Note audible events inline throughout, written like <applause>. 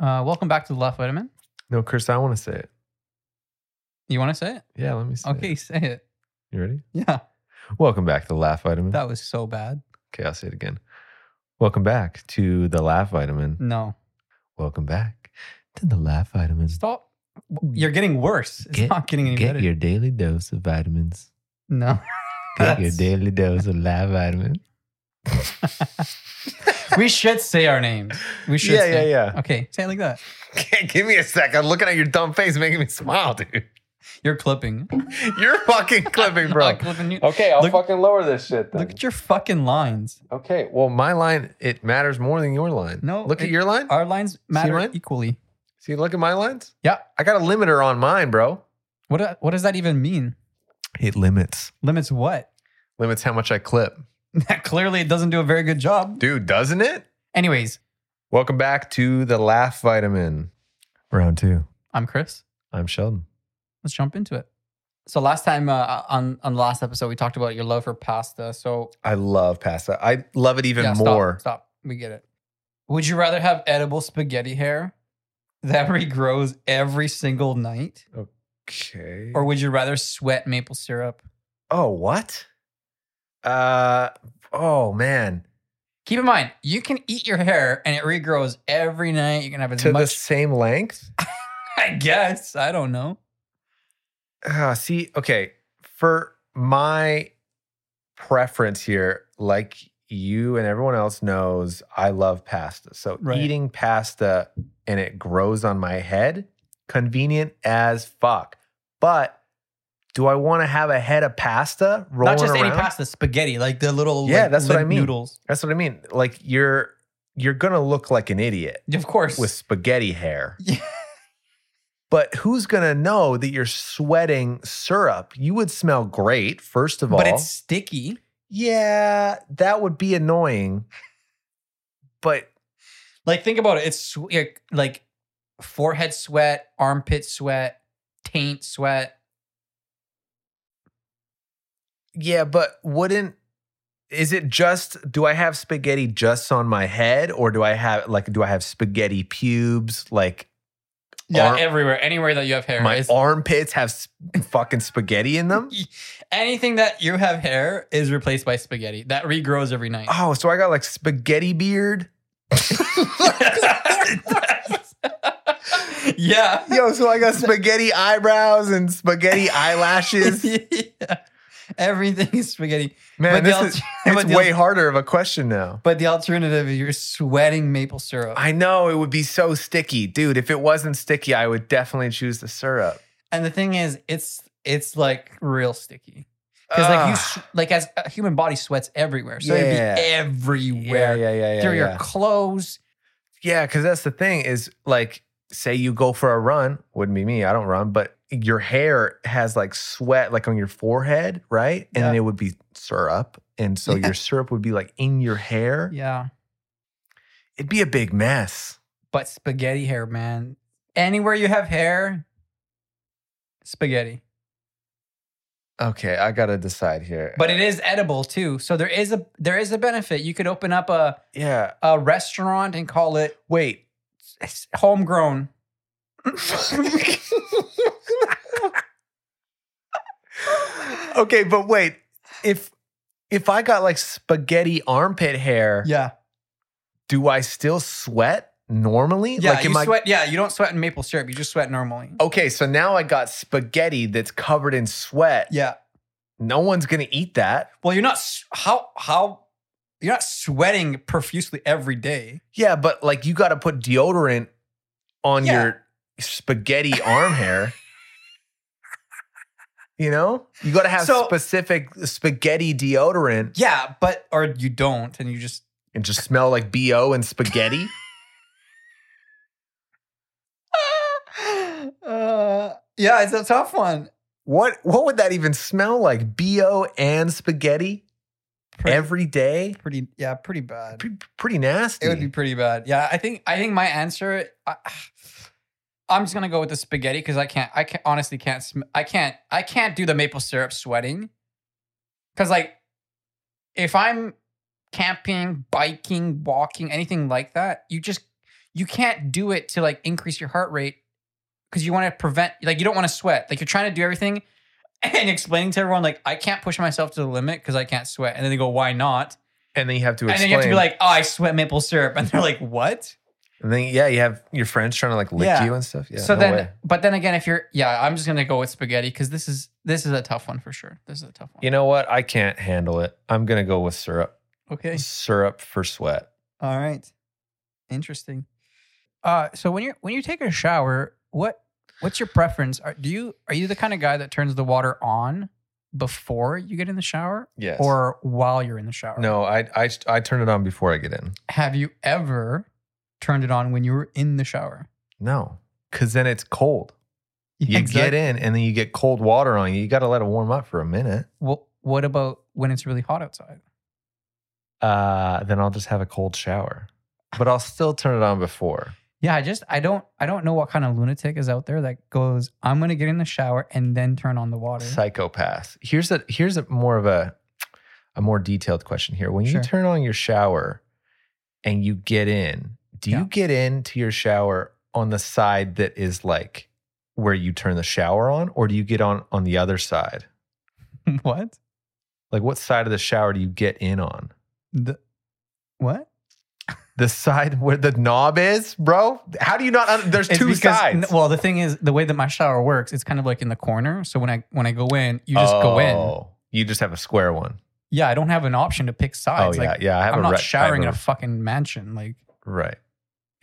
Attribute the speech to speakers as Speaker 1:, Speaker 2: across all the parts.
Speaker 1: Uh, welcome back to the Left Vitamin.
Speaker 2: No, Chris, I want to say it.
Speaker 1: You want to say it?
Speaker 2: Yeah, let me say
Speaker 1: Okay,
Speaker 2: it.
Speaker 1: say it.
Speaker 2: You ready?
Speaker 1: Yeah,
Speaker 2: Welcome back to the Laugh Vitamin.
Speaker 1: that was so bad.
Speaker 2: okay, I'll say it again. Welcome back to the Laugh Vitamin.
Speaker 1: No,
Speaker 2: Welcome back to the Laugh Vitamin.
Speaker 1: stop. You're getting worse. It's
Speaker 2: Get-
Speaker 1: not getting any
Speaker 2: Get
Speaker 1: better.
Speaker 2: your daily dose of vitamins.
Speaker 1: no.
Speaker 2: <laughs> Get your
Speaker 1: That's-
Speaker 2: daily dose of
Speaker 1: <laughs>
Speaker 2: Laugh Vitamin.
Speaker 1: we should say our names. We should.
Speaker 2: Yeah,
Speaker 1: say.
Speaker 2: yeah, <laughs> yeah.
Speaker 1: Okay, say it like that.
Speaker 2: Okay, give me a sec. I'm looking at your dumb face, making me smile, dude. <laughs>
Speaker 1: You're clipping.
Speaker 2: You're
Speaker 1: <laughs>
Speaker 2: fucking clipping,
Speaker 1: Not clipping you.
Speaker 2: Okay, I'll
Speaker 1: Look-
Speaker 2: fucking lower this shit then.
Speaker 1: Look at your fucking lines.
Speaker 2: okay, well, my line it matters more than your line.
Speaker 1: No,
Speaker 2: look at
Speaker 1: it-
Speaker 2: your line.
Speaker 1: Our lines matter
Speaker 2: mine?
Speaker 1: equally.
Speaker 2: See, look at my lines.
Speaker 1: Yeah.
Speaker 2: I got a limiter on mine, bro.
Speaker 1: What what does that even mean?
Speaker 2: It limits.
Speaker 1: Limits what? <laughs>
Speaker 2: Limits how much I clip.
Speaker 1: Clearly, it doesn't do a very good job.
Speaker 2: Dude, doesn't it?
Speaker 1: Anyways,
Speaker 2: Welcome back to the Laugh Vitamin. Round two.
Speaker 1: I'm Chris.
Speaker 2: I'm Sheldon.
Speaker 1: Let's jump into it. So last time uh, on on the last episode, we talked about your love for pasta. So
Speaker 2: I love pasta. I love it even
Speaker 1: yeah, stop,
Speaker 2: more.
Speaker 1: Stop, We get it. Would you rather have edible spaghetti hair that <laughs> regrows every single night,
Speaker 2: Okay.
Speaker 1: or would you rather sweat maple syrup?
Speaker 2: oh, what? Uh oh man.
Speaker 1: Keep in mind, you can eat your hair and it regrows every night. You can have as
Speaker 2: to the
Speaker 1: much.
Speaker 2: same length?
Speaker 1: <laughs> I guess I don't know.
Speaker 2: Uh, see, okay, for my preference here, like you and everyone else knows, I love pasta. So
Speaker 1: Right.
Speaker 2: eating pasta and it grows on my head, convenient as fuck. But do I want to have a head of pasta rolling
Speaker 1: Not just
Speaker 2: around?
Speaker 1: any pasta, spaghetti, like the little
Speaker 2: Yeah,
Speaker 1: like,
Speaker 2: that's what I
Speaker 1: limp
Speaker 2: mean.
Speaker 1: Noodles,
Speaker 2: That's what I mean. Like you're you're gonna look like an idiot
Speaker 1: of course.
Speaker 2: with spaghetti <laughs> hair.
Speaker 1: Yeah.
Speaker 2: But who's gonna know that you're sweating syrup? You would smell great, first of all.
Speaker 1: but it's sticky.
Speaker 2: Yeah, that would be annoying. But
Speaker 1: Like think about it. It's sw- like, like forehead sweat, armpit sweat, taint sweat.
Speaker 2: yeah, but wouldn't is it just do I have spaghetti just on my head or do I have like do I have spaghetti pubes like
Speaker 1: Yeah,
Speaker 2: Arm-
Speaker 1: uh, everywhere, anywhere that you have hair.
Speaker 2: my
Speaker 1: It's-
Speaker 2: armpits have s- fucking spaghetti in them?
Speaker 1: anything that you have hair is replaced by spaghetti that regrows every
Speaker 2: <laughs>
Speaker 1: night. <laughs>
Speaker 2: Oh, so I got like spaghetti beard?
Speaker 1: yeah.
Speaker 2: Yo, so I got spaghetti eyebrows and spaghetti <laughs> eyelashes.
Speaker 1: <laughs> Yeah. Everything is spaghetti.
Speaker 2: Man,
Speaker 1: But the
Speaker 2: this is
Speaker 1: alter-
Speaker 2: it's
Speaker 1: but the
Speaker 2: way
Speaker 1: al-
Speaker 2: harder of a question now.
Speaker 1: But the alternative is you're sweating maple syrup.
Speaker 2: I know it would be so sticky, dude. If it wasn't sticky, I would definitely choose the syrup.
Speaker 1: And the thing is, it's it's like real sticky because like you
Speaker 2: Ugh.
Speaker 1: s- like as a human body sweats everywhere, so
Speaker 2: Yeah.
Speaker 1: it'd be
Speaker 2: yeah,
Speaker 1: everywhere
Speaker 2: yeah, yeah, yeah,
Speaker 1: through
Speaker 2: yeah.
Speaker 1: your clothes.
Speaker 2: Yeah, because that's the thing is like, say you go for a run, wouldn't be me, I don't run, but your hair has like sweat like on your forehead, right? And then
Speaker 1: Yeah.
Speaker 2: it would be syrup. And so
Speaker 1: Yeah.
Speaker 2: your syrup would be like in your hair.
Speaker 1: Yeah,
Speaker 2: It'd be a big mess.
Speaker 1: but spaghetti hair, man. Anywhere you have hair, spaghetti.
Speaker 2: Okay, I gotta decide here.
Speaker 1: But it is edible too, so there is a there is a benefit. You could open up a
Speaker 2: yeah,
Speaker 1: <laughs> a restaurant and call it
Speaker 2: wait.
Speaker 1: s- homegrown. <laughs>
Speaker 2: okay, but wait. If if I got like spaghetti armpit hair,
Speaker 1: Yeah,
Speaker 2: do I still sweat normally?
Speaker 1: yeah.
Speaker 2: like
Speaker 1: you
Speaker 2: am I Oh.
Speaker 1: sweat. Yeah, you don't sweat in maple syrup. You just sweat normally.
Speaker 2: Okay, so now I got spaghetti that's covered in sweat.
Speaker 1: Yeah.
Speaker 2: No one's gonna eat that.
Speaker 1: Well, you're not s- how how you're not sweating profusely every day.
Speaker 2: Yeah, but like you gotta put deodorant on
Speaker 1: Yeah.
Speaker 2: your spaghetti arm hair. You know? You gotta have
Speaker 1: So-
Speaker 2: specific spaghetti deodorant
Speaker 1: Yeah, but or you don't, and you just
Speaker 2: and just smell like BO and spaghetti.
Speaker 1: <laughs> uh, yeah, it's a tough one.
Speaker 2: what what would that even smell like? BO and spaghetti
Speaker 1: Pretty,
Speaker 2: every day?
Speaker 1: pretty yeah, pretty bad.
Speaker 2: Pre- pretty nasty.
Speaker 1: It would be pretty bad. Yeah, I think I think my answer. I, I'm just gonna go with the spaghetti because I can't. I can honestly can't. Sm- I can't. I can't do the maple syrup sweating. Because like, if I'm camping, biking, walking, anything like that, you just you can't do it to like increase your heart rate because you want to prevent like you don't want to sweat. Like you're trying to do everything <laughs> and explaining to everyone like I can't push myself to the limit because I can't sweat. And then they go, why not?
Speaker 2: And then you have to
Speaker 1: And then
Speaker 2: explain.
Speaker 1: you have to be like, oh, I sweat maple syrup. And they're like, what?
Speaker 2: And then, yeah, you have your friends trying to like lick
Speaker 1: Yeah.
Speaker 2: you and stuff. Yeah.
Speaker 1: so
Speaker 2: no
Speaker 1: then,
Speaker 2: way.
Speaker 1: but then again, if you're, yeah, I'm just gonna go with spaghetti because this is this is a tough one for sure. This is a tough one.
Speaker 2: you know what? I can't handle it. I'm gonna go with syrup.
Speaker 1: Okay.
Speaker 2: Syrup for sweat.
Speaker 1: All right. Interesting. Uh, so when you're when you take a shower, what what's your preference? Are, do you are you the kind of guy that turns the water on before you get in the shower
Speaker 2: Yes.
Speaker 1: or while you're in the shower?
Speaker 2: no, I I I turn it on before I get in.
Speaker 1: Have you ever turned it on when you were in the shower?
Speaker 2: No, because then
Speaker 1: <laughs>
Speaker 2: it's cold. You
Speaker 1: Exact-
Speaker 2: get in and then you get cold water on you. You got to let it warm up for a minute.
Speaker 1: Well, what about when it's really hot outside?
Speaker 2: Uh, then I'll just have a cold shower, but I'll still turn it on before.
Speaker 1: Yeah, I just I don't I don't know what kind of lunatic is out there that goes I'm gonna get in the shower and then turn on the water.
Speaker 2: Psychopath. Here's a here's a more of a a more detailed question here. When you
Speaker 1: Sure.
Speaker 2: turn on your shower and you get in, do
Speaker 1: Yeah.
Speaker 2: you get into your shower on the side that is like where you turn the shower on, or do you get on on the other side?
Speaker 1: <laughs> what?
Speaker 2: Like what side of the shower do you get in on?
Speaker 1: The, what?
Speaker 2: The side where the knob is, bro. How do you not? un- There's
Speaker 1: It's
Speaker 2: two
Speaker 1: because-
Speaker 2: sides.
Speaker 1: n- Well, the thing is, the way that my shower works, it's kind of like in the corner. So when I when I go in, you just go in.
Speaker 2: Oh, You just have a square one.
Speaker 1: Yeah, I don't have an option to pick
Speaker 2: Oh
Speaker 1: sides.
Speaker 2: yeah,
Speaker 1: like
Speaker 2: yeah. I have
Speaker 1: I'm
Speaker 2: a
Speaker 1: not
Speaker 2: rec- I have
Speaker 1: showering in
Speaker 2: a-
Speaker 1: a fucking mansion. Like
Speaker 2: right.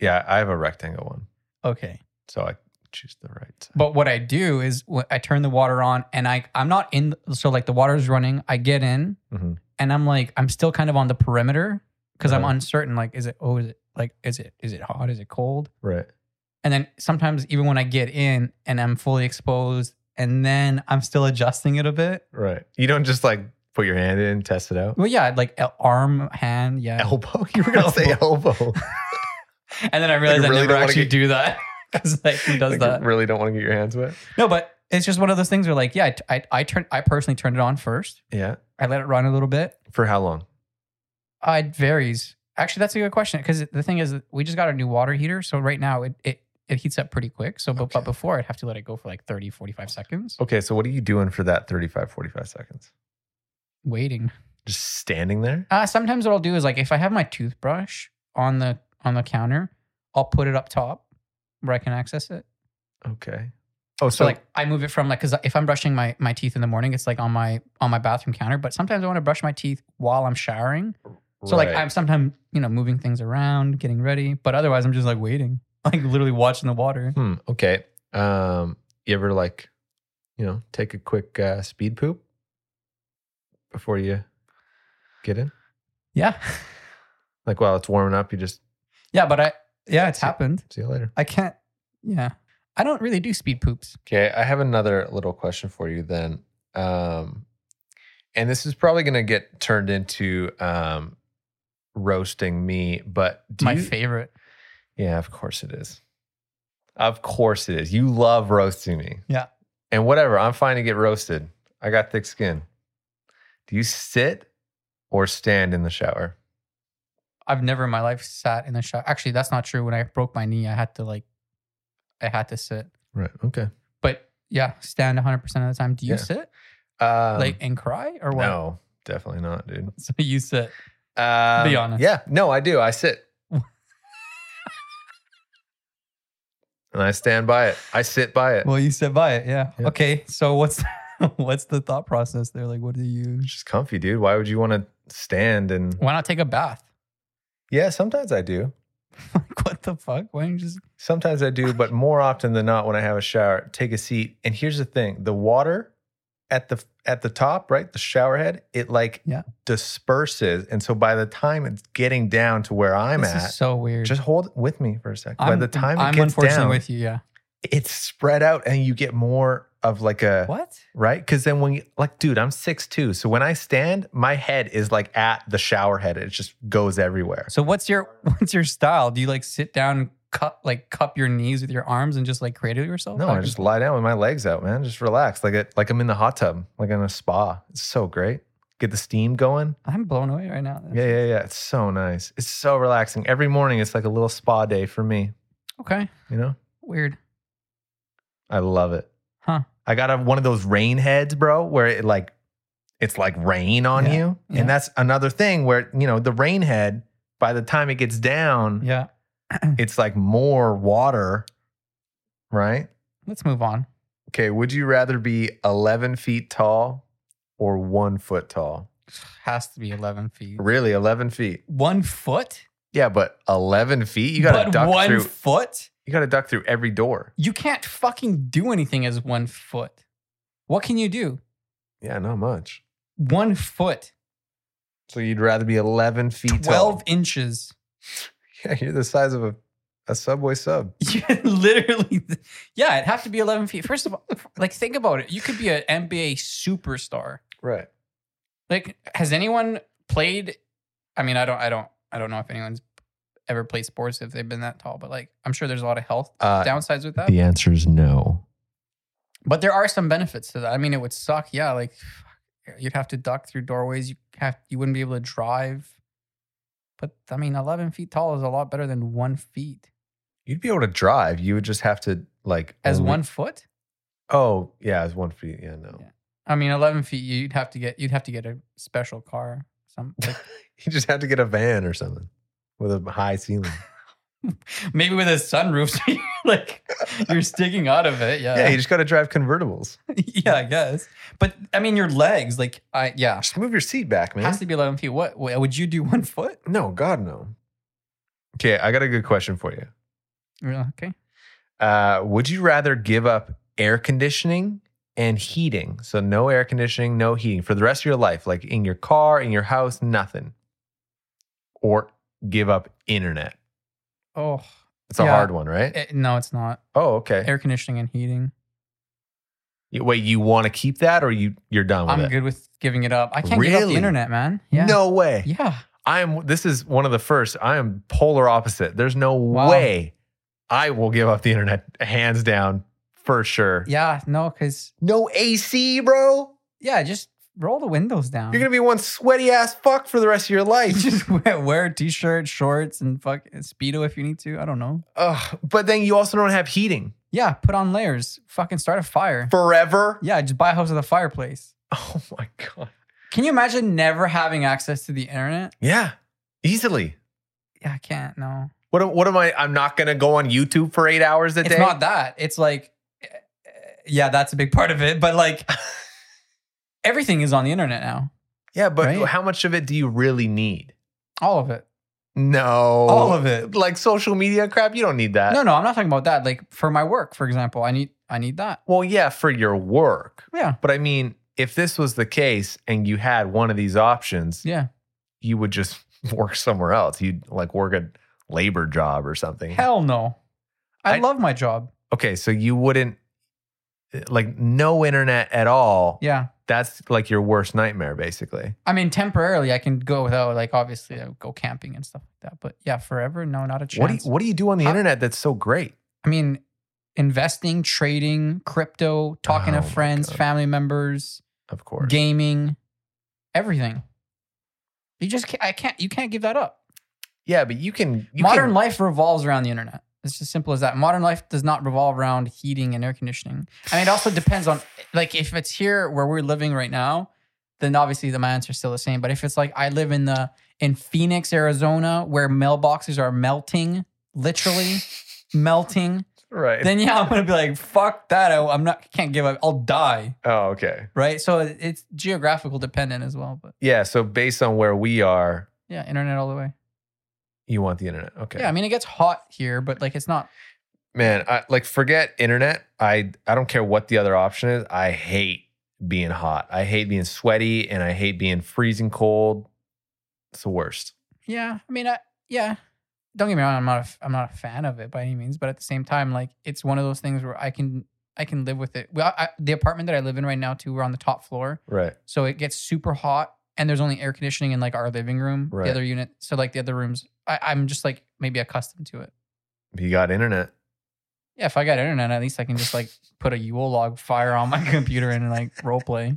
Speaker 2: Yeah, I have a rectangle one,
Speaker 1: okay,
Speaker 2: so I choose the right. Side.
Speaker 1: but what I do is wh- I turn the water on, and I I'm not in. So like the water's running, I get in,
Speaker 2: Mhm.
Speaker 1: and I'm like I'm still kind of on the perimeter because I'm
Speaker 2: Uh-huh.
Speaker 1: uncertain. Like is it oh is it like is it is it hot? Is it cold?
Speaker 2: Right.
Speaker 1: And then sometimes even when I get in and I'm fully exposed, and then I'm still adjusting it a bit.
Speaker 2: Right. You don't just like put your hand in, test
Speaker 1: <laughs>
Speaker 2: it out.
Speaker 1: Well, yeah, like el- arm, hand, yeah.
Speaker 2: Elbow. <laughs> You were gonna say elbow.
Speaker 1: And then I realized
Speaker 2: really
Speaker 1: I
Speaker 2: don't
Speaker 1: never
Speaker 2: wanna
Speaker 1: actually
Speaker 2: get-
Speaker 1: do that <laughs> because like <laughs> who does
Speaker 2: <laughs> Like, you
Speaker 1: that?
Speaker 2: Really don't want to get your hands wet.
Speaker 1: No, but it's just one of those things where like, yeah, I, t- I, I turn, I personally turned it on first.
Speaker 2: Yeah.
Speaker 1: I let it run a little bit.
Speaker 2: For how long?
Speaker 1: Uh, it varies. Actually, that's a good question because the thing is, that we just got a new water heater, so right now it it, it heats up pretty quick. So, but, but
Speaker 2: Okay.
Speaker 1: before I'd have to let it go for like 30, 45 seconds,
Speaker 2: Okay. So what are you doing for that 35, 45 seconds?
Speaker 1: waiting.
Speaker 2: Just standing there.
Speaker 1: Uh, sometimes what I'll do is like if I have my toothbrush on the on the counter, I'll put it up top where I can access it.
Speaker 2: Okay. Oh,
Speaker 1: So, like I move it from like because if I'm brushing my my teeth in the morning, it's like on my on my bathroom counter. But sometimes I want to brush my teeth while I'm showering. So like
Speaker 2: right.
Speaker 1: I'm sometimes you know moving things around, getting ready. But otherwise, I'm just like waiting, <laughs> like literally watching the water.
Speaker 2: Hmm. Okay. Um. You ever like, you know, take a quick uh, speed poop before you get in?
Speaker 1: Yeah, <laughs>
Speaker 2: Like while it's warming up, you just
Speaker 1: yeah. But I yeah, it's happened.
Speaker 2: see you later.
Speaker 1: I can't. Yeah, I don't really do speed poops.
Speaker 2: Okay. I have another little question for you then. Um, and this is probably gonna get turned into um, roasting me, but do
Speaker 1: My
Speaker 2: you-
Speaker 1: favorite.
Speaker 2: Yeah, of course it is. Of course it is. You love roasting me.
Speaker 1: Yeah.
Speaker 2: And whatever, I'm fine to get roasted. I got thick skin. Do you sit or stand in the shower?
Speaker 1: I've never in my life sat in the shower. Actually, that's not true. When I broke my knee, I had to like, I had to sit.
Speaker 2: Right. Okay.
Speaker 1: But yeah, stand 100 percent of the time. Do you
Speaker 2: Yeah.
Speaker 1: sit
Speaker 2: Um,
Speaker 1: like and cry or what?
Speaker 2: no, definitely not, dude.
Speaker 1: <laughs> So you sit.
Speaker 2: Um,
Speaker 1: honest.
Speaker 2: Yeah. No, I do. I <laughs> sit. and I stand by it. I sit by it.
Speaker 1: Well, you sit by it, yeah.
Speaker 2: Yeah.
Speaker 1: Okay, so what's what's the <laughs> thought process there? Like, what do you?
Speaker 2: It's just comfy, dude. Why would you want to stand and
Speaker 1: Why not take a bath? <laughs>
Speaker 2: Yeah, sometimes I do.
Speaker 1: like, what the fuck? Why don't you just?
Speaker 2: Sometimes I do, but more often than not, when I have a shower, take a seat. And here's the thing: the water at the at the top, right, the shower head, it like
Speaker 1: Yeah.
Speaker 2: disperses, and so by the time it's getting down to where I'm
Speaker 1: this
Speaker 2: at,
Speaker 1: is so weird.
Speaker 2: just hold it with me for a second. by
Speaker 1: I'm-
Speaker 2: the time it
Speaker 1: I'm
Speaker 2: gets
Speaker 1: unfortunately
Speaker 2: down,
Speaker 1: with you, yeah.
Speaker 2: it's spread out, and you get more of like a
Speaker 1: What?
Speaker 2: right? Because then when you like, dude, I'm six two, so when I stand, my head is like at the shower head. It just goes everywhere.
Speaker 1: So what's your <laughs> what's your style? Do you like sit down, and cup like cup your knees with your arms and just like cradle yourself?
Speaker 2: No,
Speaker 1: Like,
Speaker 2: I just lie down with my legs out, man. Just relax, like it, like I'm in the hot tub, like in a spa. It's so great. get the steam going.
Speaker 1: I'm blown away right now.
Speaker 2: Yeah, yeah, yeah. It's so nice. It's so relaxing. Every morning, it's like a little spa day for me.
Speaker 1: Okay.
Speaker 2: You know,
Speaker 1: Weird.
Speaker 2: I love it.
Speaker 1: Huh.
Speaker 2: I got a, one of those rain heads, bro, where it like it's like rain on
Speaker 1: Yeah,
Speaker 2: you,
Speaker 1: yeah.
Speaker 2: and that's another thing where you know the rain head. By the time it gets down,
Speaker 1: Yeah.
Speaker 2: it's like more water, right?
Speaker 1: Let's move on.
Speaker 2: Okay, would you rather be 11 feet tall or one foot tall?
Speaker 1: Has to be 11 feet.
Speaker 2: Really, 11 feet.
Speaker 1: One foot?
Speaker 2: Yeah, but 11 feet? You gotta
Speaker 1: but
Speaker 2: duck
Speaker 1: one
Speaker 2: through.
Speaker 1: foot?
Speaker 2: you gotta duck through every door.
Speaker 1: You can't fucking do anything as one foot. What can you do?
Speaker 2: Yeah, not much.
Speaker 1: One foot,
Speaker 2: So you'd rather be 11 feet
Speaker 1: 12
Speaker 2: tall?
Speaker 1: inches.
Speaker 2: <laughs>
Speaker 1: <laughs>
Speaker 2: Yeah, you're the size of a, a subway sub.
Speaker 1: You literally, yeah, it'd have to be 11 feet. First of all, <laughs> like, think about it. You could be an NBA superstar.
Speaker 2: Right.
Speaker 1: Like, has anyone played? I mean, I don't, I don't, I don't know if anyone's ever played sports if they've been that tall, but like, I'm sure there's a lot of health
Speaker 2: Uh,
Speaker 1: downsides with that.
Speaker 2: the answer is no.
Speaker 1: But there are some benefits to that. I mean, it would suck. Yeah, like fuck, you'd have to duck through doorways. You have you wouldn't be able to drive. But I mean, eleven feet tall is a lot better than one feet
Speaker 2: You'd be able to drive. You would just have to, like,
Speaker 1: as
Speaker 2: only-
Speaker 1: one foot.
Speaker 2: Oh, yeah, as one feet. Yeah, no.
Speaker 1: Yeah. I mean, eleven feet. You'd have to get you'd have to get a special car. Some
Speaker 2: <laughs>
Speaker 1: like,
Speaker 2: <laughs> You just have to get a van or something with a high ceiling.
Speaker 1: <laughs> maybe with a sunroof, <laughs> so you're like you're sticking out of it.
Speaker 2: yeah, you
Speaker 1: Yeah,
Speaker 2: just gotta
Speaker 1: <laughs>
Speaker 2: drive convertibles.
Speaker 1: yeah, I guess. But I mean, your legs, like I yeah,
Speaker 2: Just move your seat back, man.
Speaker 1: has to be eleven feet. What would you do? <laughs> One foot?
Speaker 2: No, God, no. Okay, I got a good question for you.
Speaker 1: Yeah, Okay.
Speaker 2: Uh, would you rather give up air conditioning and heating? So, no air conditioning, no heating for the rest of your life, like in your car, in your house, nothing. Or give up internet?
Speaker 1: Oh
Speaker 2: It's a
Speaker 1: Yeah.
Speaker 2: hard one, right?
Speaker 1: eh, no, it's not.
Speaker 2: oh, okay.
Speaker 1: air conditioning and heating.
Speaker 2: You- Wait, you want to keep that or you, you're done with
Speaker 1: I'm
Speaker 2: it?
Speaker 1: good with giving it up. I can't give up
Speaker 2: Really?
Speaker 1: the internet, man. Yeah.
Speaker 2: No way.
Speaker 1: Yeah.
Speaker 2: I am, this is one of the first. I am polar opposite. There's no
Speaker 1: Wow.
Speaker 2: way I will give up the internet, hands down, for sure.
Speaker 1: Yeah. No, because
Speaker 2: No AC, bro.
Speaker 1: yeah, just roll the windows down. <laughs>
Speaker 2: You're gonna be one sweaty ass fuck for the rest of your life.
Speaker 1: just <laughs> wear, wear a t-shirt, shorts, and fuck speedo if you need to. I don't know.
Speaker 2: <laughs> Ugh. But then you also don't have heating
Speaker 1: Yeah, put on layers. Fucking start a fire.
Speaker 2: forever.
Speaker 1: Yeah, just buy a house with a fireplace.
Speaker 2: <laughs> Oh my god.
Speaker 1: Can you imagine never having access to the internet?
Speaker 2: Yeah, easily.
Speaker 1: Yeah, I can't. No,
Speaker 2: What? am- What am I? I'm not gonna go on YouTube for eight hours a
Speaker 1: it's
Speaker 2: day.
Speaker 1: not that. It's like, eh, eh, yeah, that's a big part of it. But
Speaker 2: <laughs>
Speaker 1: like, everything is on the internet now.
Speaker 2: yeah, but
Speaker 1: Right.
Speaker 2: how much of it do you really need?
Speaker 1: All of it.
Speaker 2: No.
Speaker 1: All of it.
Speaker 2: Like social media crap. You don't need Oh, that.
Speaker 1: No, no, I'm not talking about that. Like for my work, for example, I need I need that.
Speaker 2: Well, yeah, for your work.
Speaker 1: Yeah.
Speaker 2: But I mean, if this was the case and you had one of these options,
Speaker 1: Yeah.
Speaker 2: you would just <laughs> work somewhere else. You'd like work a labor job or something.
Speaker 1: Hell no. I,
Speaker 2: I-
Speaker 1: love my job.
Speaker 2: okay, so you wouldn't eh, like no internet at all.
Speaker 1: Yeah.
Speaker 2: That's like your worst nightmare, basically.
Speaker 1: I mean, temporarily I can go without like obviously I would go camping and stuff like that. But yeah, forever, no, not a chance.
Speaker 2: What do you, what do you do on the
Speaker 1: How-
Speaker 2: internet that's so great?
Speaker 1: I mean, investing, trading, crypto, talking
Speaker 2: Oh
Speaker 1: to
Speaker 2: my
Speaker 1: friends,
Speaker 2: God.
Speaker 1: family members,
Speaker 2: Of course.
Speaker 1: gaming, everything. You just can't, I can't you can't give that up.
Speaker 2: yeah, but you can you
Speaker 1: Modern
Speaker 2: can,
Speaker 1: life revolves around the internet. It's as simple as that. Modern life does not revolve around heating and air conditioning. I mean, it also depends on like if it's here where we're living right now, then obviously the my answer's still the same. But if it's like I live in the in Phoenix, Arizona, where mailboxes are melting,
Speaker 2: <laughs>
Speaker 1: literally melting,
Speaker 2: right.
Speaker 1: then yeah, I'm gonna be like, fuck that. I, I'm not can't give up. I'll die.
Speaker 2: oh, okay.
Speaker 1: Right. So it's geographical dependent as well. But
Speaker 2: Yeah, so based on where we are,
Speaker 1: yeah, internet all the way.
Speaker 2: you want the internet. Okay.
Speaker 1: Yeah, I mean it gets hot here, but like it's not
Speaker 2: man I, like forget internet i i don't care what the other option is i hate being hot i hate being sweaty and i hate being freezing cold it's the worst
Speaker 1: Yeah, I mean, I, yeah. Don't get me wrong. I'm not. A, f- I'm not a fan of it by any means. But at the same time, like it's one of those things where I can I can live with it. Well, I, the apartment that I live in right now too, we're on the top floor,
Speaker 2: right
Speaker 1: so it gets super hot, and there's only air conditioning in like our living room,
Speaker 2: Right.
Speaker 1: the other unit. So like the other rooms, I, I'm just like maybe accustomed to it.
Speaker 2: you got internet
Speaker 1: Yeah, if I got internet, at least I can just like <laughs> put a Yule log fire on my computer and like role play.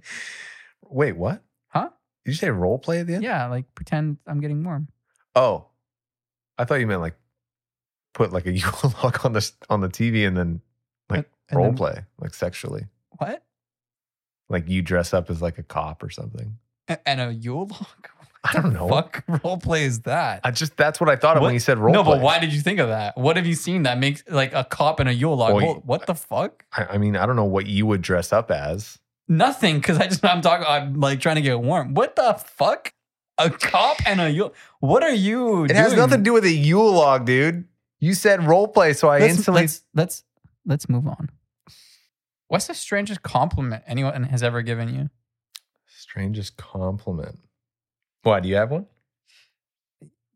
Speaker 2: wait what
Speaker 1: Huh?
Speaker 2: Did you say role play at the end?
Speaker 1: Yeah, like pretend I'm getting warm.
Speaker 2: Oh, I thought you meant like put like a <laughs> Yule log on the s- on the TV and then like
Speaker 1: And
Speaker 2: role
Speaker 1: then-
Speaker 2: play like sexually,
Speaker 1: What?
Speaker 2: like you dress up as like a cop or something.
Speaker 1: A- And a Yule log? <laughs>
Speaker 2: I don't know.
Speaker 1: Fuck role play is that?
Speaker 2: I just that's what I thought of
Speaker 1: What?
Speaker 2: when you said role
Speaker 1: no,
Speaker 2: play.
Speaker 1: but why did you think of that? What have you seen that makes like a cop and a Yule log?
Speaker 2: Well,
Speaker 1: Wha-
Speaker 2: you-
Speaker 1: what the fuck?
Speaker 2: I, I mean, I don't know what you would dress up as.
Speaker 1: Nothing, because I just I'm talking. I'm like trying to get warm. What the fuck? A cop and a Yule. What are you?
Speaker 2: It has
Speaker 1: doing?
Speaker 2: nothing to do with a Yule log, dude. You said role play, so I
Speaker 1: let's,
Speaker 2: instantly
Speaker 1: let's let's let's move on. What's the strangest compliment anyone has ever given you?
Speaker 2: strangest compliment. Why do you have one?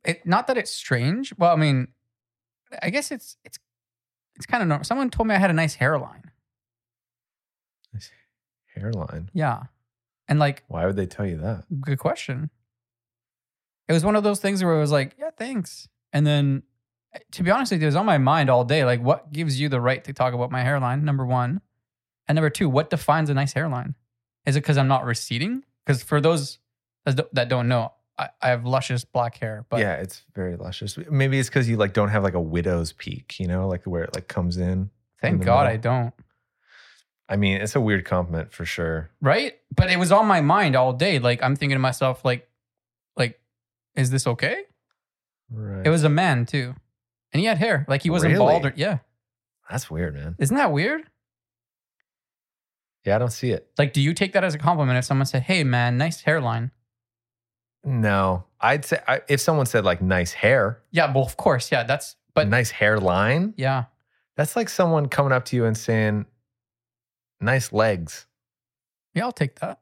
Speaker 1: It, not that it's strange. Well, I mean, I guess it's it's it's kind of normal. Someone told me I had a nice hairline.
Speaker 2: Hairline.
Speaker 1: Yeah, and like
Speaker 2: Why would they tell you that?
Speaker 1: good question. It was one of those things where it was like, yeah, thanks. And then, eh, to be honest with you, it was on my mind all day. Like, what gives you the right to talk about my hairline? Number one. And number two, what defines a nice hairline? Is it because I'm not receding? Because for those that don't- that don't know, I, I have luscious black hair, but
Speaker 2: yeah, it's very luscious. Maybe it's because you like don't have like a widow's peak, you know, like where it like comes in. In
Speaker 1: thank
Speaker 2: the
Speaker 1: God
Speaker 2: middle.
Speaker 1: I don't.
Speaker 2: I mean, it's a weird compliment for sure.
Speaker 1: Right? But it was on my mind all day. Like, I'm thinking to myself, like, like, is this okay?
Speaker 2: Right.
Speaker 1: It was a man too, and he had hair. Like he wasn't bald.
Speaker 2: Really?
Speaker 1: Or, yeah,
Speaker 2: that's weird, man.
Speaker 1: isn't that weird?
Speaker 2: Yeah, I don't see it.
Speaker 1: Like, do you take that as a compliment if someone said, "Hey, man, nice hairline"?
Speaker 2: No, I'd say I, if someone said like nice hair,
Speaker 1: Yeah, well, of course, yeah, that's but
Speaker 2: but nice hairline,
Speaker 1: yeah,
Speaker 2: that's like someone coming up to you and saying nice legs.
Speaker 1: yeah, I'll take that.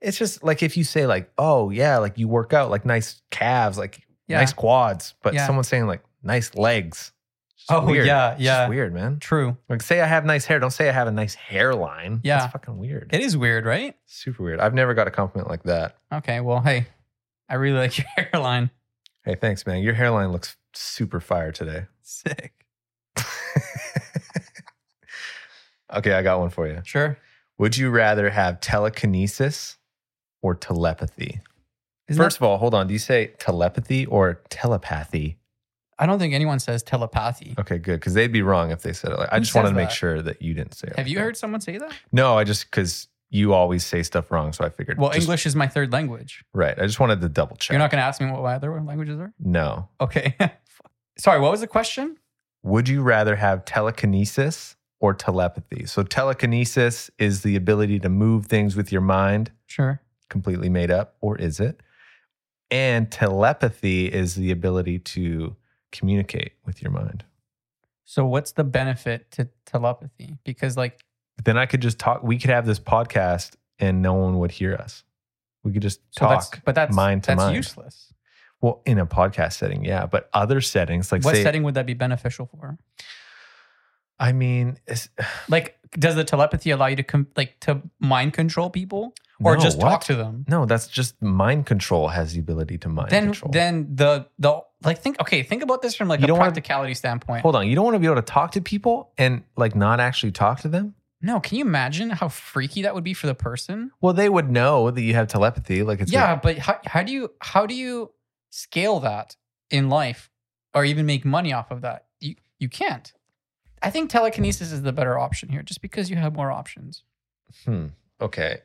Speaker 2: It's just like if you say like, oh yeah, like you work out, like nice calves, like
Speaker 1: Yeah.
Speaker 2: nice quads, but
Speaker 1: Yeah.
Speaker 2: someone saying like nice legs. It's just
Speaker 1: Oh,
Speaker 2: weird.
Speaker 1: yeah,
Speaker 2: It's just
Speaker 1: yeah.
Speaker 2: weird, man.
Speaker 1: True.
Speaker 2: Like, say I have nice hair. Don't say I have a nice hairline.
Speaker 1: Yeah.
Speaker 2: That's fucking weird.
Speaker 1: It is weird, right?
Speaker 2: Super weird. I've never got a compliment like that.
Speaker 1: Okay, well, hey, I really like <laughs> your hairline.
Speaker 2: Hey, thanks, man. Your hairline looks super fire today.
Speaker 1: Sick.
Speaker 2: <laughs> okay, I got one for you.
Speaker 1: Sure.
Speaker 2: Would you rather have telekinesis or telepathy?
Speaker 1: Isn't
Speaker 2: First of all, hold on. Do you say telepathy or telepathy?
Speaker 1: that- I don't think anyone says telepathy.
Speaker 2: Okay, good. Because they'd be wrong if they said it. Like, I
Speaker 1: Who
Speaker 2: just wanted
Speaker 1: says
Speaker 2: to make
Speaker 1: that?
Speaker 2: sure that you didn't say it.
Speaker 1: Have
Speaker 2: like
Speaker 1: you
Speaker 2: that.
Speaker 1: heard someone say that?
Speaker 2: No, I just because you always say stuff wrong, so I figured.
Speaker 1: Well,
Speaker 2: just-
Speaker 1: English is my third language.
Speaker 2: Right. I just wanted to double check.
Speaker 1: You're not going to ask me what my other languages are.
Speaker 2: no. <laughs>
Speaker 1: Okay. Sorry, what was the question?
Speaker 2: Would you rather have telekinesis or telepathy? So telekinesis is the ability to move things with your mind,
Speaker 1: Sure.
Speaker 2: completely made up, or is it? And telepathy is the ability to communicate with your mind.
Speaker 1: So, what's the benefit to telepathy? Because, like,
Speaker 2: But then I could just talk. We could have this podcast and no one would hear us. We could just
Speaker 1: so that's-
Speaker 2: talk.
Speaker 1: but that's
Speaker 2: mind to
Speaker 1: that's
Speaker 2: mind.
Speaker 1: useless.
Speaker 2: well, in a podcast setting, yeah. But other settings, like
Speaker 1: what
Speaker 2: say,
Speaker 1: setting would that be beneficial for?
Speaker 2: I mean, it's,
Speaker 1: Like, does the telepathy allow you to com- like to mind control people or
Speaker 2: No,
Speaker 1: just
Speaker 2: what?
Speaker 1: talk to them?
Speaker 2: No, that's just mind control has the ability to mind
Speaker 1: then,
Speaker 2: control.
Speaker 1: then the the like think okay, think about this from like
Speaker 2: You
Speaker 1: a
Speaker 2: don't wanna-
Speaker 1: practicality standpoint.
Speaker 2: Hold on, you don't want to be able to talk to people and like not actually talk to them?
Speaker 1: No, can you imagine how freaky that would be for the person?
Speaker 2: Well, they would know that you have telepathy. Like it's
Speaker 1: yeah,
Speaker 2: like-
Speaker 1: but how, how do you how do you scale that in life or even make money off of that? You you can't. I think telekinesis is the better option here, just because you have more options.
Speaker 2: hmm, okay.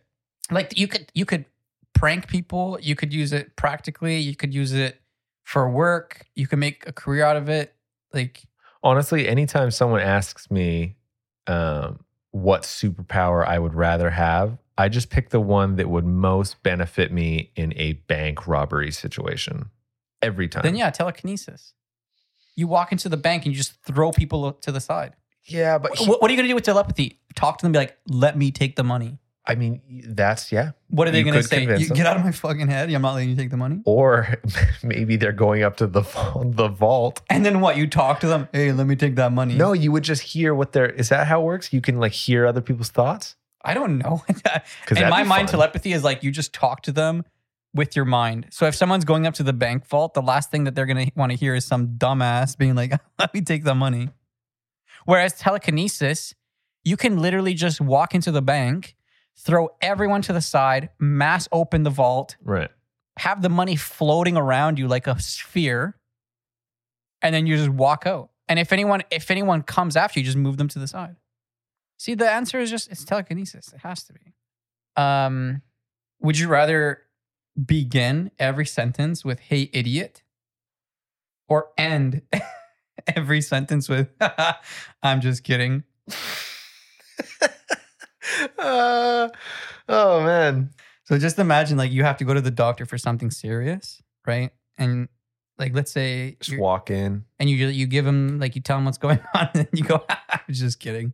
Speaker 1: like you could you could prank people you could use it practically you could use it for work you can make a career out of it like
Speaker 2: Honestly, anytime someone asks me um, what superpower I would rather have, I just pick the one that would most benefit me in a bank robbery situation. Every time.
Speaker 1: then yeah telekinesis you walk into the bank and you just throw people to the side
Speaker 2: Yeah, but
Speaker 1: Wh- what, are you going to do with telepathy talk to them be like let me take the money
Speaker 2: I mean, that's yeah.
Speaker 1: what are they
Speaker 2: You
Speaker 1: going to
Speaker 2: could
Speaker 1: say
Speaker 2: convince
Speaker 1: you,
Speaker 2: them.
Speaker 1: get out of my fucking head i'm not letting you take the money
Speaker 2: Or <laughs> maybe they're going up to the <laughs> vault- the vault
Speaker 1: and then what you talk to them hey let me take that money
Speaker 2: No, you would just hear what they're. Is that how it works? You can like hear other people's thoughts.
Speaker 1: i don't know <laughs>
Speaker 2: Because
Speaker 1: in my mind, telepathy is like you just talk to them with your mind. So if someone's going up to the bank vault, the last thing that they're going to want to hear is some dumbass being like, <laughs> let me take the money. Whereas telekinesis, you can literally just walk into the bank, throw everyone to the side, mass open the vault, <laughs>
Speaker 2: Right.
Speaker 1: have the money floating around you like a sphere, and then you just walk out. And if anyone if anyone comes after you, just move them to the side. See, the answer is just it's telekinesis. It has to be. Um, would you rather begin every sentence with "Hey, idiot," or end <laughs> every sentence with <laughs> "I'm just kidding"? Ah,
Speaker 2: Uh, oh man.
Speaker 1: So just imagine like you have to go to the doctor for something serious, right? And like let's say
Speaker 2: Just
Speaker 1: you're-
Speaker 2: walk in.
Speaker 1: and you you give him like you tell him what's <laughs> going on, and you go, <laughs> "I was just kidding,"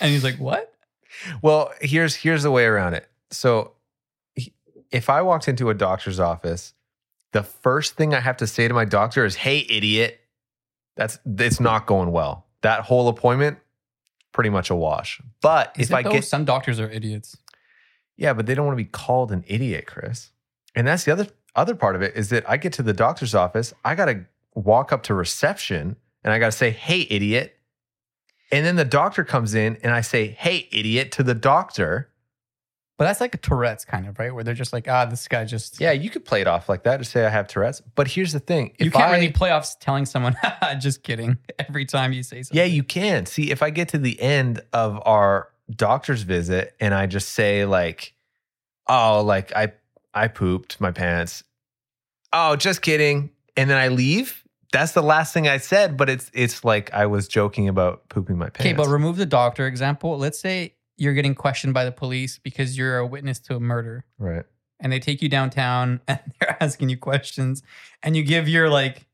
Speaker 1: and he's like, "What?"
Speaker 2: Well, here's here's the way around it. So he- if I walked into a doctor's office, the first thing I have to say to my doctor is, "Hey, idiot." That's it's not going well. That whole appointment pretty much a wash. But if
Speaker 1: Isn't
Speaker 2: I
Speaker 1: though
Speaker 2: get
Speaker 1: "Oh, some doctors are idiots.
Speaker 2: Yeah, but they don't want to be called an idiot, Chris. And that's the other other part of it is that I get to the doctor's office, I gotta walk up to reception and I gotta say, "Hey, idiot," and then the doctor comes in and I say, "Hey, idiot" to the doctor.
Speaker 1: But that's like a Tourette's kind of right, where they're just like, "Ah, this guy just."
Speaker 2: Yeah, you could play it off like that to say I have Tourette's. But here's the thing:
Speaker 1: You
Speaker 2: if
Speaker 1: can't
Speaker 2: I-
Speaker 1: really play off telling someone, <laughs> "Just kidding." Every time you say something.
Speaker 2: Yeah, you can. See, if I get to the end of our doctor's visit and I just say like, "Oh, like I I pooped my pants." Oh, just kidding. And then I leave. That's the last thing I said, but it's it's like I was joking about pooping my
Speaker 1: Okay,
Speaker 2: pants.
Speaker 1: but remove the doctor example. Let's say you're getting questioned by the police because you're a witness to a murder,
Speaker 2: right.
Speaker 1: and they take you downtown <laughs> and they're asking you questions, and you give your like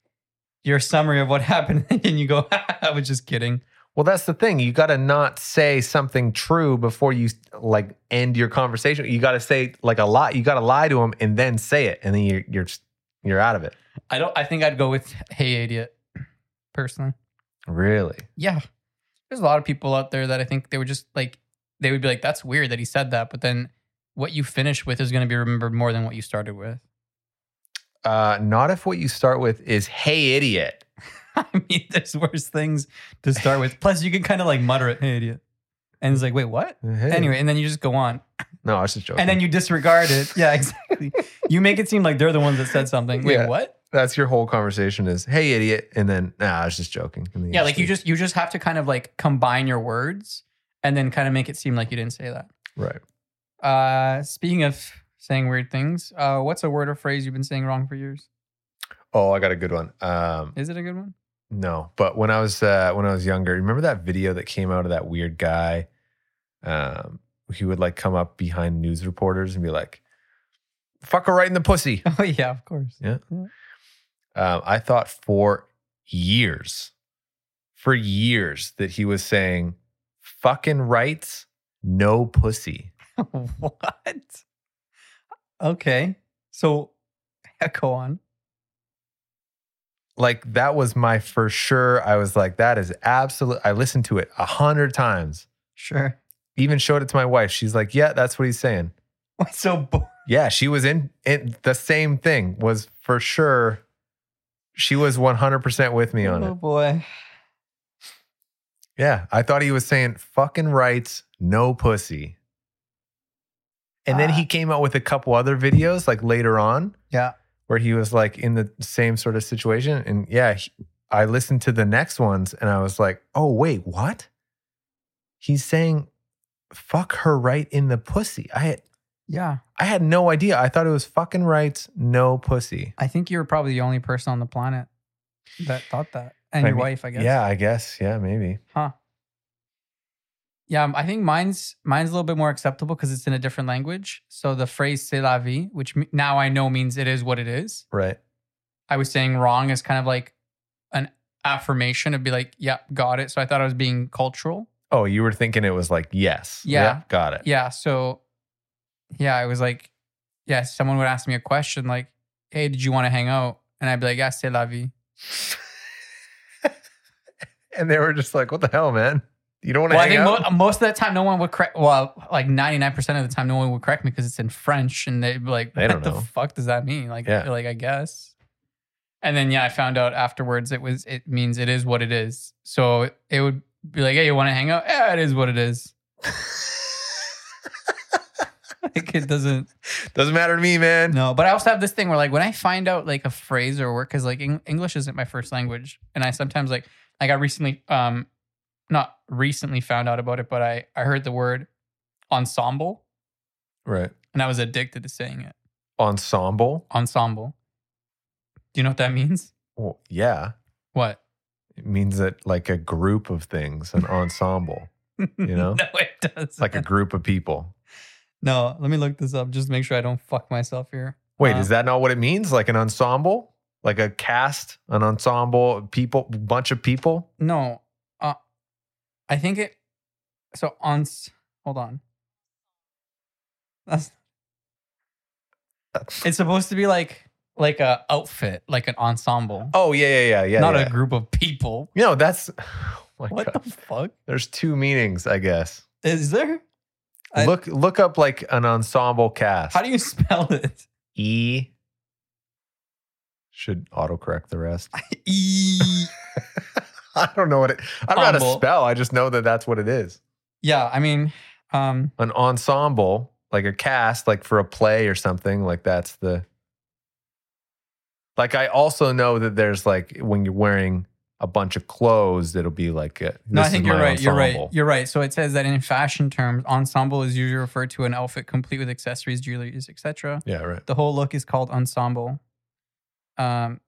Speaker 1: your summary of what <laughs> happened, and you go, <laughs> "I was just kidding."
Speaker 2: Well, that's the thing. You got to not say something true before you like end your conversation. You got to say like a lie. You got to lie to them and then say it, and then you're you're you're out of it.
Speaker 1: I don't. I think I'd go with "Hey, idiot." Personally,
Speaker 2: Really?
Speaker 1: yeah. There's a lot of people out there that I think they would just like they would be like, "That's weird that he said that," but then what you finish with is going to be remembered more than what you started with. <laughs>
Speaker 2: Uh, not if what you start with is "Hey, idiot."
Speaker 1: I mean, there's worse things to start with. Plus, you can kind of like mutter it, "Hey, idiot," and it's like, "Wait, what?" Anyway, and then you just go on,
Speaker 2: no, I was just joking.
Speaker 1: and then you disregard it. Yeah, <laughs> exactly. you make it seem like they're the ones that said something. Wait,
Speaker 2: Yeah.
Speaker 1: what?
Speaker 2: that's your whole conversation is "Hey, idiot," and then nah, I was just joking. And then
Speaker 1: Yeah, like you
Speaker 2: leave.
Speaker 1: just you just have to kind of like combine your words and then kind of make it seem like you didn't say that.
Speaker 2: right.
Speaker 1: Uh, speaking of saying weird things, uh, what's a word or phrase you've been saying wrong for years?
Speaker 2: Oh, I got a good one. Um,
Speaker 1: Is it a good one? <laughs>
Speaker 2: no, but when I was uh, when I was younger, remember that video that came out of that weird guy? Um, he would like come up behind news reporters and be like, "Fuck her right in the pussy."
Speaker 1: Oh yeah, of course.
Speaker 2: Yeah. Um, I thought for years, for years that he was saying fucking rights, no pussy.
Speaker 1: <laughs> what? Okay, so <laughs> go on.
Speaker 2: Like that was my for sure. I was like, that is absolute. I listened to it a hundred times,
Speaker 1: Sure.
Speaker 2: even showed it to my wife. She's like, yeah, that's what he's saying.
Speaker 1: What's <laughs> so
Speaker 2: <laughs>
Speaker 1: bo-
Speaker 2: Yeah, she was in, in the same thing, was for sure. She was 100% with me on
Speaker 1: Oh
Speaker 2: it.
Speaker 1: boy.
Speaker 2: Yeah, I thought he was saying fucking rights, no pussy. And then
Speaker 1: Ah.
Speaker 2: he came out with a couple other videos like later on
Speaker 1: Yeah.
Speaker 2: where he was like in the same sort of situation. And yeah, he- I listened to the next ones and I was like, oh, wait, what? He's saying fuck her right in the pussy. I had,
Speaker 1: Yeah.
Speaker 2: I had no idea. I thought it was fucking rights, no pussy.
Speaker 1: I think you were probably the only person on the planet that thought that. And your
Speaker 2: Maybe.
Speaker 1: wife, I guess.
Speaker 2: Yeah, I guess. Yeah, maybe.
Speaker 1: Huh. Yeah, um, I think mine's mine's a little bit more acceptable because it's in a different language. So the phrase "c'est la vie," which me- now I know means it is what it is.
Speaker 2: Right.
Speaker 1: I was saying wrong is kind of like an affirmation. It'd be like, "Yeah, got it." So I thought I was being cultural.
Speaker 2: Oh, you were thinking it was like, yes.
Speaker 1: Yeah.
Speaker 2: got it.
Speaker 1: Yeah. So, yeah, I was like, yeah, someone would ask me a question like, hey, did you want to hang out? And I'd be like, yeah, c'est la vie.
Speaker 2: and they were just like, "What the hell, man? You don't want to
Speaker 1: Well, I
Speaker 2: hang
Speaker 1: think
Speaker 2: out?"
Speaker 1: mo- most of the time, no one would correct. Well, like ninety nine percent of the time, no one would correct me because it's in French, and they'd be like,
Speaker 2: They don't
Speaker 1: "What the
Speaker 2: know.
Speaker 1: fuck does that mean?" Like,
Speaker 2: Yeah.
Speaker 1: like I guess. And then yeah, I found out afterwards it was it means it is what it is. So it would be like, "Hey, you want to hang out? Yeah, it is what it is." <laughs> like it doesn't.
Speaker 2: Doesn't matter to me, man.
Speaker 1: No, but I also have this thing where like when I find out like a phrase or a word, because like Eng- English isn't my first language, and I sometimes like like I recently um not recently found out about it, but I I heard the word ensemble
Speaker 2: Right.
Speaker 1: and I was addicted to saying it.
Speaker 2: Ensemble.
Speaker 1: Ensemble. Do you know what that means?
Speaker 2: Well, yeah.
Speaker 1: What?
Speaker 2: It means that like a group of things, an ensemble.
Speaker 1: <laughs>
Speaker 2: You know?
Speaker 1: no, it does.
Speaker 2: It's like a group of people.
Speaker 1: no. Let me look this up just to make sure I don't fuck myself here.
Speaker 2: Wait,
Speaker 1: Uh,
Speaker 2: is that not what it means? Like an ensemble? Like a cast, an ensemble, people, bunch of people?
Speaker 1: No. Uh, I think it. So on. Hold on.
Speaker 2: <laughs>
Speaker 1: That's. It's supposed to be like like a outfit, like an ensemble,
Speaker 2: Oh, yeah, yeah, yeah, yeah.
Speaker 1: not
Speaker 2: yeah.
Speaker 1: a group of people.
Speaker 2: You know, that's <sighs> oh my
Speaker 1: what
Speaker 2: God.
Speaker 1: the fuck
Speaker 2: There's two meanings, I guess.
Speaker 1: is there? I-
Speaker 2: look look up like an ensemble cast.
Speaker 1: How do you spell it? <laughs>
Speaker 2: E should autocorrect the rest.
Speaker 1: E.
Speaker 2: <laughs> I don't know what it. I don't know how to
Speaker 1: Ensemble.
Speaker 2: spell. I just know that that's what it is.
Speaker 1: Yeah, I mean, um,
Speaker 2: An ensemble, like a cast, like for a play or something. Like that's the. Like I also know that there's like when you're wearing a bunch of clothes, it'll be like a,
Speaker 1: no,
Speaker 2: this
Speaker 1: I
Speaker 2: is
Speaker 1: think you're
Speaker 2: my
Speaker 1: right. You're right.
Speaker 2: ensemble.
Speaker 1: You're right. So it says that in fashion terms, ensemble is usually referred to an outfit complete with accessories, jewelry, etc.
Speaker 2: yeah, right.
Speaker 1: The whole look is called ensemble. Um,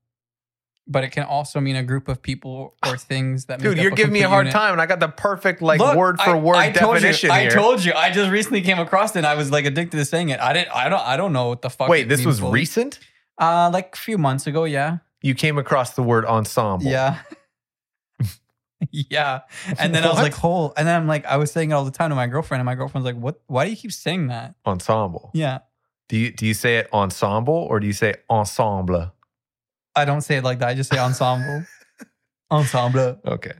Speaker 1: but it can also mean a group of people or things that.
Speaker 2: Ah, Dude,
Speaker 1: make
Speaker 2: you're
Speaker 1: up
Speaker 2: giving me a
Speaker 1: complete
Speaker 2: hard
Speaker 1: unit.
Speaker 2: time, and I got the perfect like
Speaker 1: Look,
Speaker 2: word for
Speaker 1: I-
Speaker 2: word
Speaker 1: I told you-
Speaker 2: definition here.
Speaker 1: I told you. I just recently came across it. and I was like addicted to saying it. I didn't. I don't. I don't know what the fuck.
Speaker 2: Wait,
Speaker 1: it
Speaker 2: this
Speaker 1: means
Speaker 2: was
Speaker 1: fully.
Speaker 2: recent.
Speaker 1: Uh, like a few months ago. Yeah.
Speaker 2: You came across the word ensemble. <laughs>
Speaker 1: Yeah. yeah. And then I was
Speaker 2: What?
Speaker 1: like, "Whole." And then I'm like, I was saying it all the time to my girlfriend, and my girlfriend's like, "What? Why do you keep saying that?"
Speaker 2: ensemble.
Speaker 1: Yeah.
Speaker 2: Do you do you say it ensemble or do you say ensemble?
Speaker 1: I don't say it like that. I just say
Speaker 2: <laughs>
Speaker 1: ensemble. ensemble.
Speaker 2: Okay.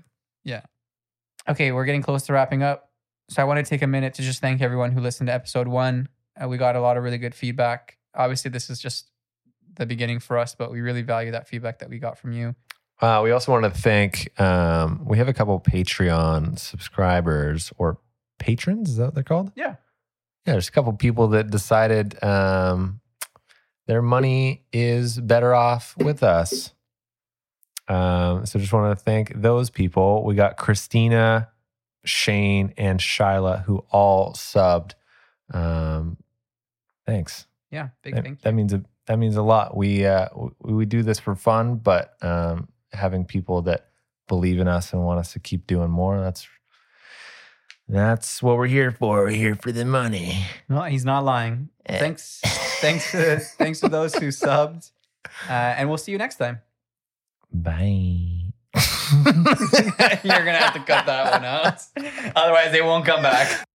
Speaker 1: Okay, we're getting close to wrapping up. So I want to take a minute to just thank everyone who listened to episode one. Uh, we got a lot of really good feedback. Obviously, this is just the beginning for us, but we really value that feedback that we got from you.
Speaker 2: Uh, we also want to thank. Um, we have a couple Patreon subscribers or patrons. Is that what they're called?
Speaker 1: Yeah.
Speaker 2: Yeah. There's a couple people that decided um, their money is better off with us. Um, so just want to thank those people. We got Christina, Shane, and Shyla who all subbed. Um, thanks.
Speaker 1: Yeah, big
Speaker 2: that,
Speaker 1: thank you.
Speaker 2: that means a that means a lot. We uh we, we do this for fun, but um having people that believe in us and want us to keep doing more, that's that's what we're here for. We're here for the money.
Speaker 1: No, he's not lying.
Speaker 2: Eh.
Speaker 1: Thanks, thanks to thanks to those who subbed, uh, and we'll see you next <laughs> time.
Speaker 2: <laughs> Bye.
Speaker 1: <laughs> <laughs> You're gonna have to cut that one out, otherwise they won't come back.